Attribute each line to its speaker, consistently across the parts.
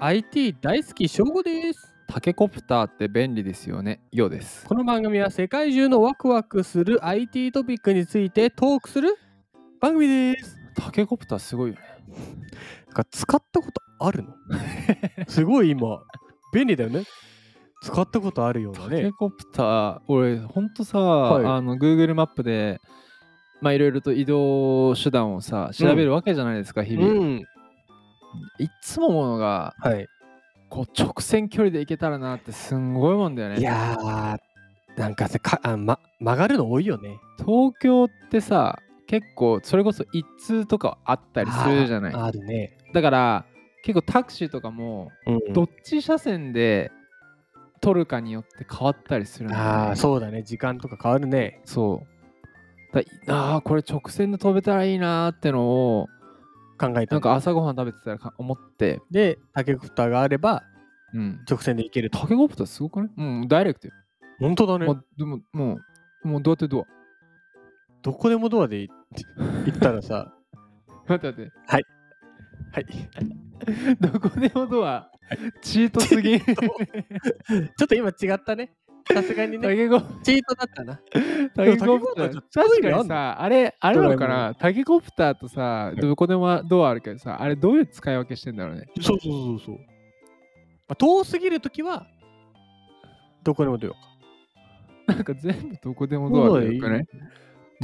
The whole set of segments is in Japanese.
Speaker 1: IT 大好き翔吾です
Speaker 2: タケコプターって便利ですよね。ようです。
Speaker 1: この番組は世界中のワクワクする IT トピックについてトークする番組です
Speaker 2: タケコプターすごいよね。
Speaker 1: か使ったことあ るのすごい今便利だよね使ったことあるような
Speaker 2: タケ
Speaker 1: ね
Speaker 2: コプター、俺ほんとさ、
Speaker 1: い
Speaker 2: あの Google マップで、まあいろいろと移動手段をさ、調べるわけじゃないですか、日々。
Speaker 1: うん
Speaker 2: いつもものが、
Speaker 1: はい
Speaker 2: こう直線距離で行けたらなってすんごいもんだよね。
Speaker 1: いやーなんかさかあ、ま、曲がるの多いよね
Speaker 2: 東京ってさ、結構それこそ一通とかあったりするじゃない
Speaker 1: あー。あるね
Speaker 2: だから、結構タクシーとかも、
Speaker 1: うん
Speaker 2: どっち車線で取るかによって変わったりするんだよね
Speaker 1: ああそうだね時間とか変わるね
Speaker 2: そう。だああ、これ直線で飛べたらいいなーってのを、
Speaker 1: 考えた
Speaker 2: なんか朝ごはん食べてたらか思って、
Speaker 1: でタケコプターがあれば
Speaker 2: うん。
Speaker 1: 直線で行けると
Speaker 2: タケコプターすごくないもうダイレクトよ。
Speaker 1: 本当だね
Speaker 2: もう、でも、もう、もうどうやってどう
Speaker 1: どこでもドアでい行ったらさ、
Speaker 2: 待って待っ
Speaker 1: はい、
Speaker 2: て、どこでもドア、チート すぎん。タ
Speaker 1: ちょっと今違ったね。さすがにね、
Speaker 2: ケコ
Speaker 1: チートだったな。
Speaker 2: タケコプタ
Speaker 1: でもタケコプターちょ
Speaker 2: ー
Speaker 1: っ、と
Speaker 2: 確かにさ、あれ、あれなのか
Speaker 1: ドラえも
Speaker 2: なタケコプターとさ、どこでもドアあるけどさ、あれどういう使い分けしてんだろうね。
Speaker 1: そうそうそうそう。まあ、遠すぎるときは、どこでもドアか。
Speaker 2: なんか全部どこでもドアでよくないな
Speaker 1: ち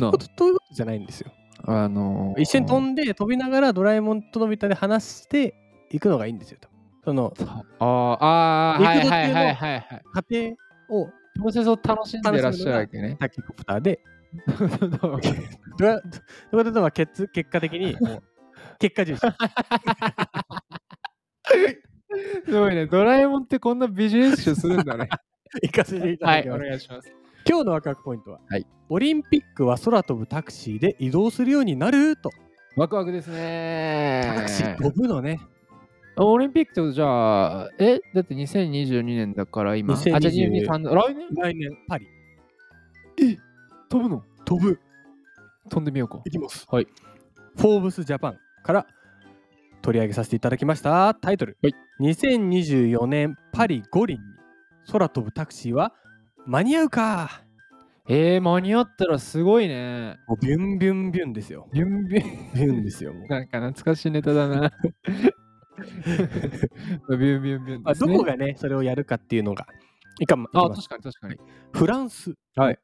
Speaker 1: ょっと遠いうことじゃないんですよ。
Speaker 2: あのー、
Speaker 1: 一緒に飛んで、飛びながらドラえもんとのび太で話していくのがいいんですよ。多分その
Speaker 2: あーあー、
Speaker 1: 肉
Speaker 2: は
Speaker 1: 土系
Speaker 2: いはい
Speaker 1: の
Speaker 2: はいはいはい。
Speaker 1: 過程を
Speaker 2: プロセスを楽しんでらっしゃるわけ ね。
Speaker 1: タケコプターで、
Speaker 2: そうそう
Speaker 1: ドラドラえもんは結結果的にもう、結果重視。
Speaker 2: すごいね。ドラえもんってこんなビジネス集するんだね。
Speaker 1: 行かせていた
Speaker 2: は
Speaker 1: だ
Speaker 2: い、
Speaker 1: き
Speaker 2: お
Speaker 1: ます。
Speaker 2: 願いします。
Speaker 1: 今日のワクワクポイントは、
Speaker 2: はい
Speaker 1: オリンピックは空飛ぶタクシーで移動するようになると、
Speaker 2: ワクワクですね。
Speaker 1: タクシー飛ぶのね
Speaker 2: オリンピックってことじゃあ、えだって2022年だから今。あ、じゃあ
Speaker 1: 2022
Speaker 2: 22、3来年
Speaker 1: 来年パリ
Speaker 2: 飛ぶの
Speaker 1: 飛ぶ
Speaker 2: 飛んでみようか
Speaker 1: い。きます
Speaker 2: はい
Speaker 1: フォーブスジャパンから取り上げさせていただきましたタイトル、
Speaker 2: はい
Speaker 1: 2024年パリ五輪に空飛ぶタクシーは間に合うか
Speaker 2: えー、間に合ったらすごいね。
Speaker 1: もうビュンビュンビュンですよ
Speaker 2: ビュンビュン。
Speaker 1: ビュンですよもう
Speaker 2: なんか懐かしいネタだな。 ビュンビュンビュン
Speaker 1: まあ、
Speaker 2: です
Speaker 1: ど
Speaker 2: ね、
Speaker 1: こがねそれをやるかっていうのがいかもいき
Speaker 2: あ、
Speaker 1: ます
Speaker 2: 確かに確かに。
Speaker 1: フランス、
Speaker 2: はい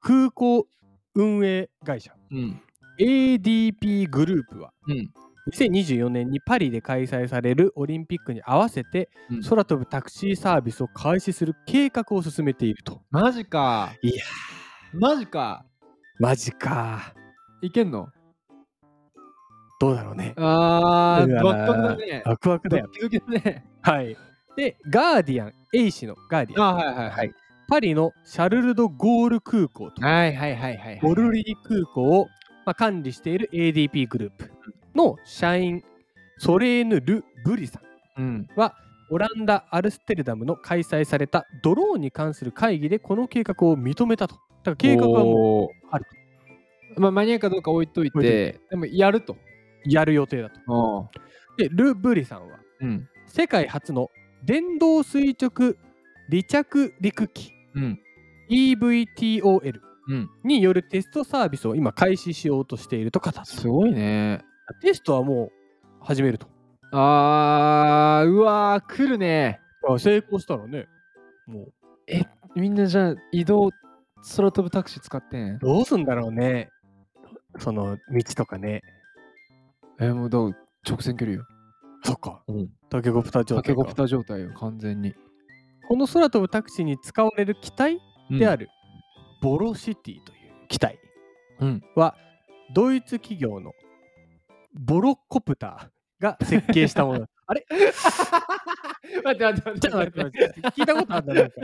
Speaker 1: 空港運営会社
Speaker 2: うん。
Speaker 1: ADP グループは
Speaker 2: うん。
Speaker 1: 2024年にパリで開催されるオリンピックに合わせて
Speaker 2: うん
Speaker 1: 空飛ぶタクシーサービスを開始する計画を進めていると。
Speaker 2: マジか。
Speaker 1: いや
Speaker 2: マジか。
Speaker 1: マジか。
Speaker 2: いけんの
Speaker 1: どうだろうね。
Speaker 2: あ
Speaker 1: うわ
Speaker 2: ー、
Speaker 1: ー
Speaker 2: ワクワクだね。
Speaker 1: ワクワクだ
Speaker 2: ド
Speaker 1: よ。
Speaker 2: キドキだね。
Speaker 1: はい。で、ガーディアン、A 氏のガーディアン、
Speaker 2: あはいはいはい。
Speaker 1: パリのシャルル・ド・ゴール空港と
Speaker 2: はいはいはいはい。
Speaker 1: ボルリー空港を、まあ、管理している ADP グループの社員ソレーヌ・ル・ブリさん。
Speaker 2: うん。
Speaker 1: はオランダ・アルステルダムの開催されたドローンに関する会議でこの計画を認めたと。だから計画はもう
Speaker 2: もう
Speaker 1: ある
Speaker 2: まあ、間に合うかどうか置いとい
Speaker 1: 置いと
Speaker 2: て、でもやると。
Speaker 1: やる予定だと。で、ル・ブリさんは
Speaker 2: うん。
Speaker 1: 世界初の電動垂直離着陸機
Speaker 2: うん。
Speaker 1: EVTOL
Speaker 2: うん。
Speaker 1: によるテストサービスを今開始しようとしていると語った。
Speaker 2: すごいね。
Speaker 1: テストはもう始めると。
Speaker 2: あー、うわー、来るね。
Speaker 1: あ成功したらね、もう
Speaker 2: みんなじゃあ移動、空飛ぶタクシー使ってん。
Speaker 1: どうすんだろうね。その道とかね。
Speaker 2: え、もうだから直線距離よ。
Speaker 1: そっか。
Speaker 2: うん。
Speaker 1: タケコプター状
Speaker 2: タ
Speaker 1: 態
Speaker 2: ケ
Speaker 1: か
Speaker 2: コプター状態よ、完全に。
Speaker 1: この空飛ぶタクシーに使われる機体であ
Speaker 2: る。
Speaker 1: る、ボロシティという機体
Speaker 2: うん。
Speaker 1: はドイツ企業のボロコプターが設計したもの。あれ
Speaker 2: 待って待って待っ
Speaker 1: ちょ
Speaker 2: て
Speaker 1: っと待
Speaker 2: 待
Speaker 1: っ
Speaker 2: ってて
Speaker 1: 待って聞いたことあるんだなん か。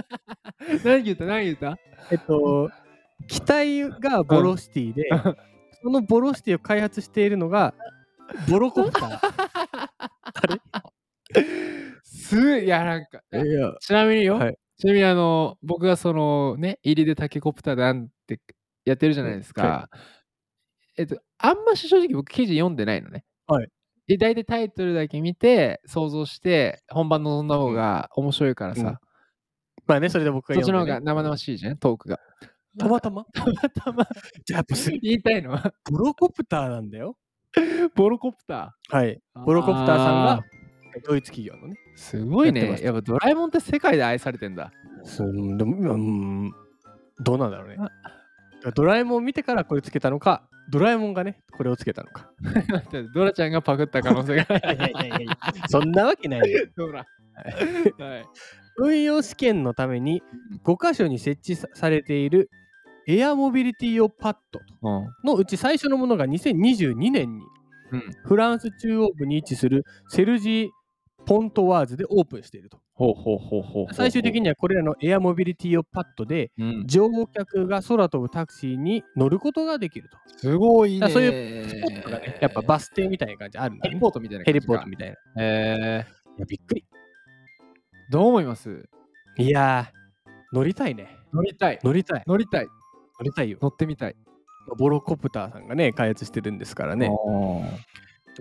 Speaker 2: 何言った何言った
Speaker 1: えっと機体がボロシティで、
Speaker 2: うん
Speaker 1: そのボロシティを開発しているのがボロコプタ
Speaker 2: すいやなんか
Speaker 1: ー。 いや
Speaker 2: ちなみによ、
Speaker 1: はい
Speaker 2: ちなみにあの僕がそのね入りでタケコプターなんてやってるじゃないですか、
Speaker 1: は
Speaker 2: えっとあんまし正直僕記事読んでないのね
Speaker 1: はい
Speaker 2: で大体タイトルだけ見て想像して本番臨んだ方が面白いからさ、
Speaker 1: まあね、それで僕が
Speaker 2: そっち
Speaker 1: 読ん
Speaker 2: の方
Speaker 1: でね、
Speaker 2: が生々しいじゃんトークが
Speaker 1: たまたま
Speaker 2: たまたま
Speaker 1: じゃあやっぱす
Speaker 2: 言いたいのは
Speaker 1: ボロコプターなんだよ。
Speaker 2: ボロコプタ
Speaker 1: はい。
Speaker 2: ー
Speaker 1: ボロコプターさん
Speaker 2: あ
Speaker 1: がドイツ企業のね。
Speaker 2: すごい
Speaker 1: やってま
Speaker 2: ね
Speaker 1: した
Speaker 2: やっぱドラえもんって世界で愛されてんだ
Speaker 1: うん、でも、うん、どうなんだろうね
Speaker 2: あ。
Speaker 1: ドラえもんを見てからこれつけたのか、ドラえもんがね、これをつけたのか。
Speaker 2: だってドラちゃんがパクった可能性がある
Speaker 1: そんなわけないよ。
Speaker 2: ドラはい
Speaker 1: 運用試験のために5箇所に設置さされているエアモビリティ用パッドのうち最初のものが2022年に
Speaker 2: うん
Speaker 1: フランス中央部に位置するセルジー・ポントワーズでオープンしていると。
Speaker 2: ほうほうほうほう
Speaker 1: 最終的
Speaker 2: に、
Speaker 1: にはこれらのエアモビリティ用パッドで
Speaker 2: うん、
Speaker 1: 乗客が空飛ぶタクシーに乗ることができると。
Speaker 2: すごい
Speaker 1: だか
Speaker 2: ね
Speaker 1: らそういうスポットがね、やっぱバス停みたいな感じあるんだ
Speaker 2: ヘ
Speaker 1: よ
Speaker 2: リ
Speaker 1: ね。
Speaker 2: ポートみたいな
Speaker 1: ヘ
Speaker 2: 感じ
Speaker 1: リ
Speaker 2: か
Speaker 1: ポートみたいな。い
Speaker 2: えー
Speaker 1: やびっくり。
Speaker 2: どう思います
Speaker 1: いやー、乗りたいね。
Speaker 2: 乗りたい
Speaker 1: 乗りたい。
Speaker 2: 乗りたい
Speaker 1: 乗りたいよ。
Speaker 2: 乗ってみたい
Speaker 1: ボロコプターさんがね、開発してるんですからね。
Speaker 2: おー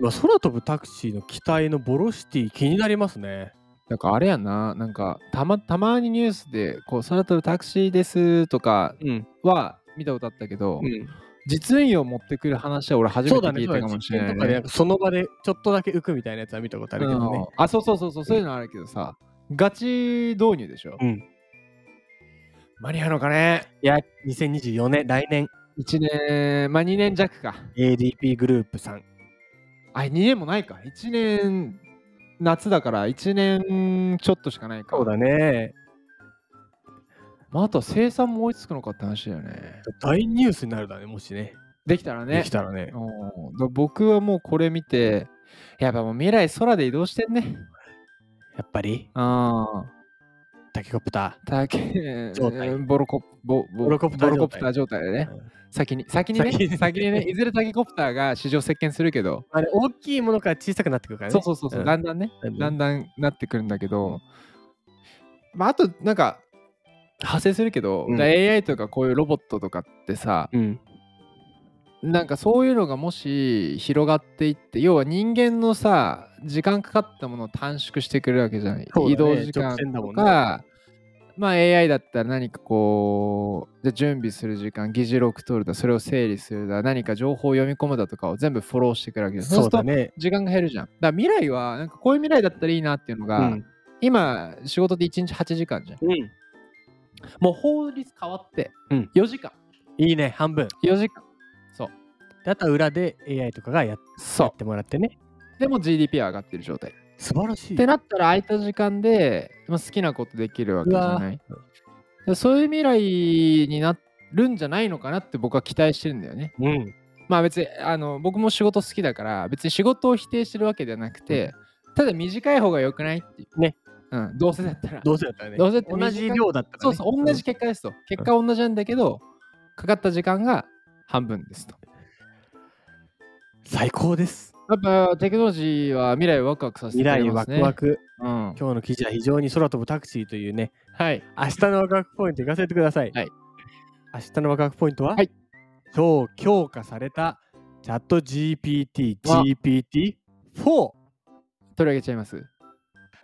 Speaker 1: まあ空飛ぶタクシーの機体のボロシティ気になりますね。
Speaker 2: なんかあれやななんかたまたまにニュースでこう空飛ぶタクシーですとか
Speaker 1: うん。
Speaker 2: は見たことあったけど、実運用持ってくる話は俺初
Speaker 1: そ
Speaker 2: め
Speaker 1: う
Speaker 2: て
Speaker 1: だね、
Speaker 2: 聞い
Speaker 1: そうだ
Speaker 2: たか
Speaker 1: ね。
Speaker 2: も
Speaker 1: 実
Speaker 2: しれ
Speaker 1: 験
Speaker 2: ない、
Speaker 1: とかでなんかその場でちょっとだけ浮くみたいなやつは見たことあるけどね。
Speaker 2: うんあそうそうそうそうそういうのあるけどさガチ導入でしょ、
Speaker 1: うん
Speaker 2: 間に合うのかね
Speaker 1: いや、2024年、来年、
Speaker 2: 1年まあ2年弱か
Speaker 1: ADP グループさん。
Speaker 2: あ2年もないか1年夏だから1年ちょっとしかないか
Speaker 1: ね。
Speaker 2: まあ、あとは生産も追いつくのかって話だよね
Speaker 1: 大ニュースになるだね、もしね。
Speaker 2: できたらね
Speaker 1: できたらね。
Speaker 2: うんだ僕はもうこれ見てやっぱもう未来空で移動してんね
Speaker 1: やっぱり、
Speaker 2: あ
Speaker 1: タケコプタ
Speaker 2: あけ
Speaker 1: 状態
Speaker 2: ボロコボボ
Speaker 1: ボロコプター
Speaker 2: ボロコプター状態で
Speaker 1: ー。
Speaker 2: ね先に先にね
Speaker 1: 先
Speaker 2: 先
Speaker 1: に
Speaker 2: にねいずれタケコプターが市場席巻するけど
Speaker 1: あれ、大きいものから小さくなってくるからね。
Speaker 2: そうそうそうそう、
Speaker 1: ん
Speaker 2: だんだんね
Speaker 1: だんだ
Speaker 2: だ
Speaker 1: ん
Speaker 2: んだんなってくるんだけど、まああとなんか派生するけど、
Speaker 1: うん
Speaker 2: AI とかこういうロボットとかってさ
Speaker 1: うん。
Speaker 2: なんかそういうのがもし広がっていって要は人間のさ時間かかったものを短縮してくれるわけじゃない、
Speaker 1: そうだね
Speaker 2: 移動時間
Speaker 1: 直線だ
Speaker 2: と
Speaker 1: もん
Speaker 2: か、まあ AI だったら何かこうじゃあ準備する時間議事録取るだそれを整理するだ何か情報を読み込むだとかを全部フォローしてくるわけじゃん
Speaker 1: そうだ
Speaker 2: すると
Speaker 1: ね。
Speaker 2: 時間が減るじゃんだから未来はなんかこういう未来だったらいいなっていうのが、
Speaker 1: うん
Speaker 2: 今仕事で1日8時間じゃん
Speaker 1: うん
Speaker 2: もう法律変わって
Speaker 1: うん
Speaker 2: 4時間、
Speaker 1: いいね、半分。
Speaker 2: 4時間そう
Speaker 1: であとは裏で AI とかがやっ
Speaker 2: そ
Speaker 1: やってもらってね。
Speaker 2: うでも GDP は上がってる状態
Speaker 1: 素晴らしい。
Speaker 2: ってなったら空いた時間で、まあ、好きなことできるわけじゃない。でそういう未来になるんじゃないのかなって僕は期待してるんだよね。
Speaker 1: うん。
Speaker 2: まあ別にあの僕も仕事好きだから別に仕事を否定してるわけではなくて、ただ短い方が良くないっていう。
Speaker 1: ね。
Speaker 2: うん、どうせだったら。
Speaker 1: どうせだったらね。
Speaker 2: どうせって
Speaker 1: 同じ量だったから
Speaker 2: そ
Speaker 1: ね。
Speaker 2: うそう、同じ結果ですと。結果は同じなんだけど、かかった時間が半分ですと。
Speaker 1: うん。最高です。
Speaker 2: やっぱテクノロジーは未来をワクワクさせて
Speaker 1: 未来
Speaker 2: くれま
Speaker 1: ワ
Speaker 2: す
Speaker 1: ク
Speaker 2: ね。
Speaker 1: ワク。
Speaker 2: うん。
Speaker 1: 今日の記事は非常に空飛ぶタクシーというね、
Speaker 2: はい。
Speaker 1: 明日のワクワクポイント行かせてください。
Speaker 2: はい
Speaker 1: 明日のワクワクポイントは、
Speaker 2: はい
Speaker 1: 今日強化されたチャット GPT、
Speaker 2: わ
Speaker 1: GPT4。
Speaker 2: 取り上げちゃいます。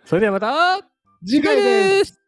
Speaker 1: それではまた
Speaker 2: 次
Speaker 1: 回です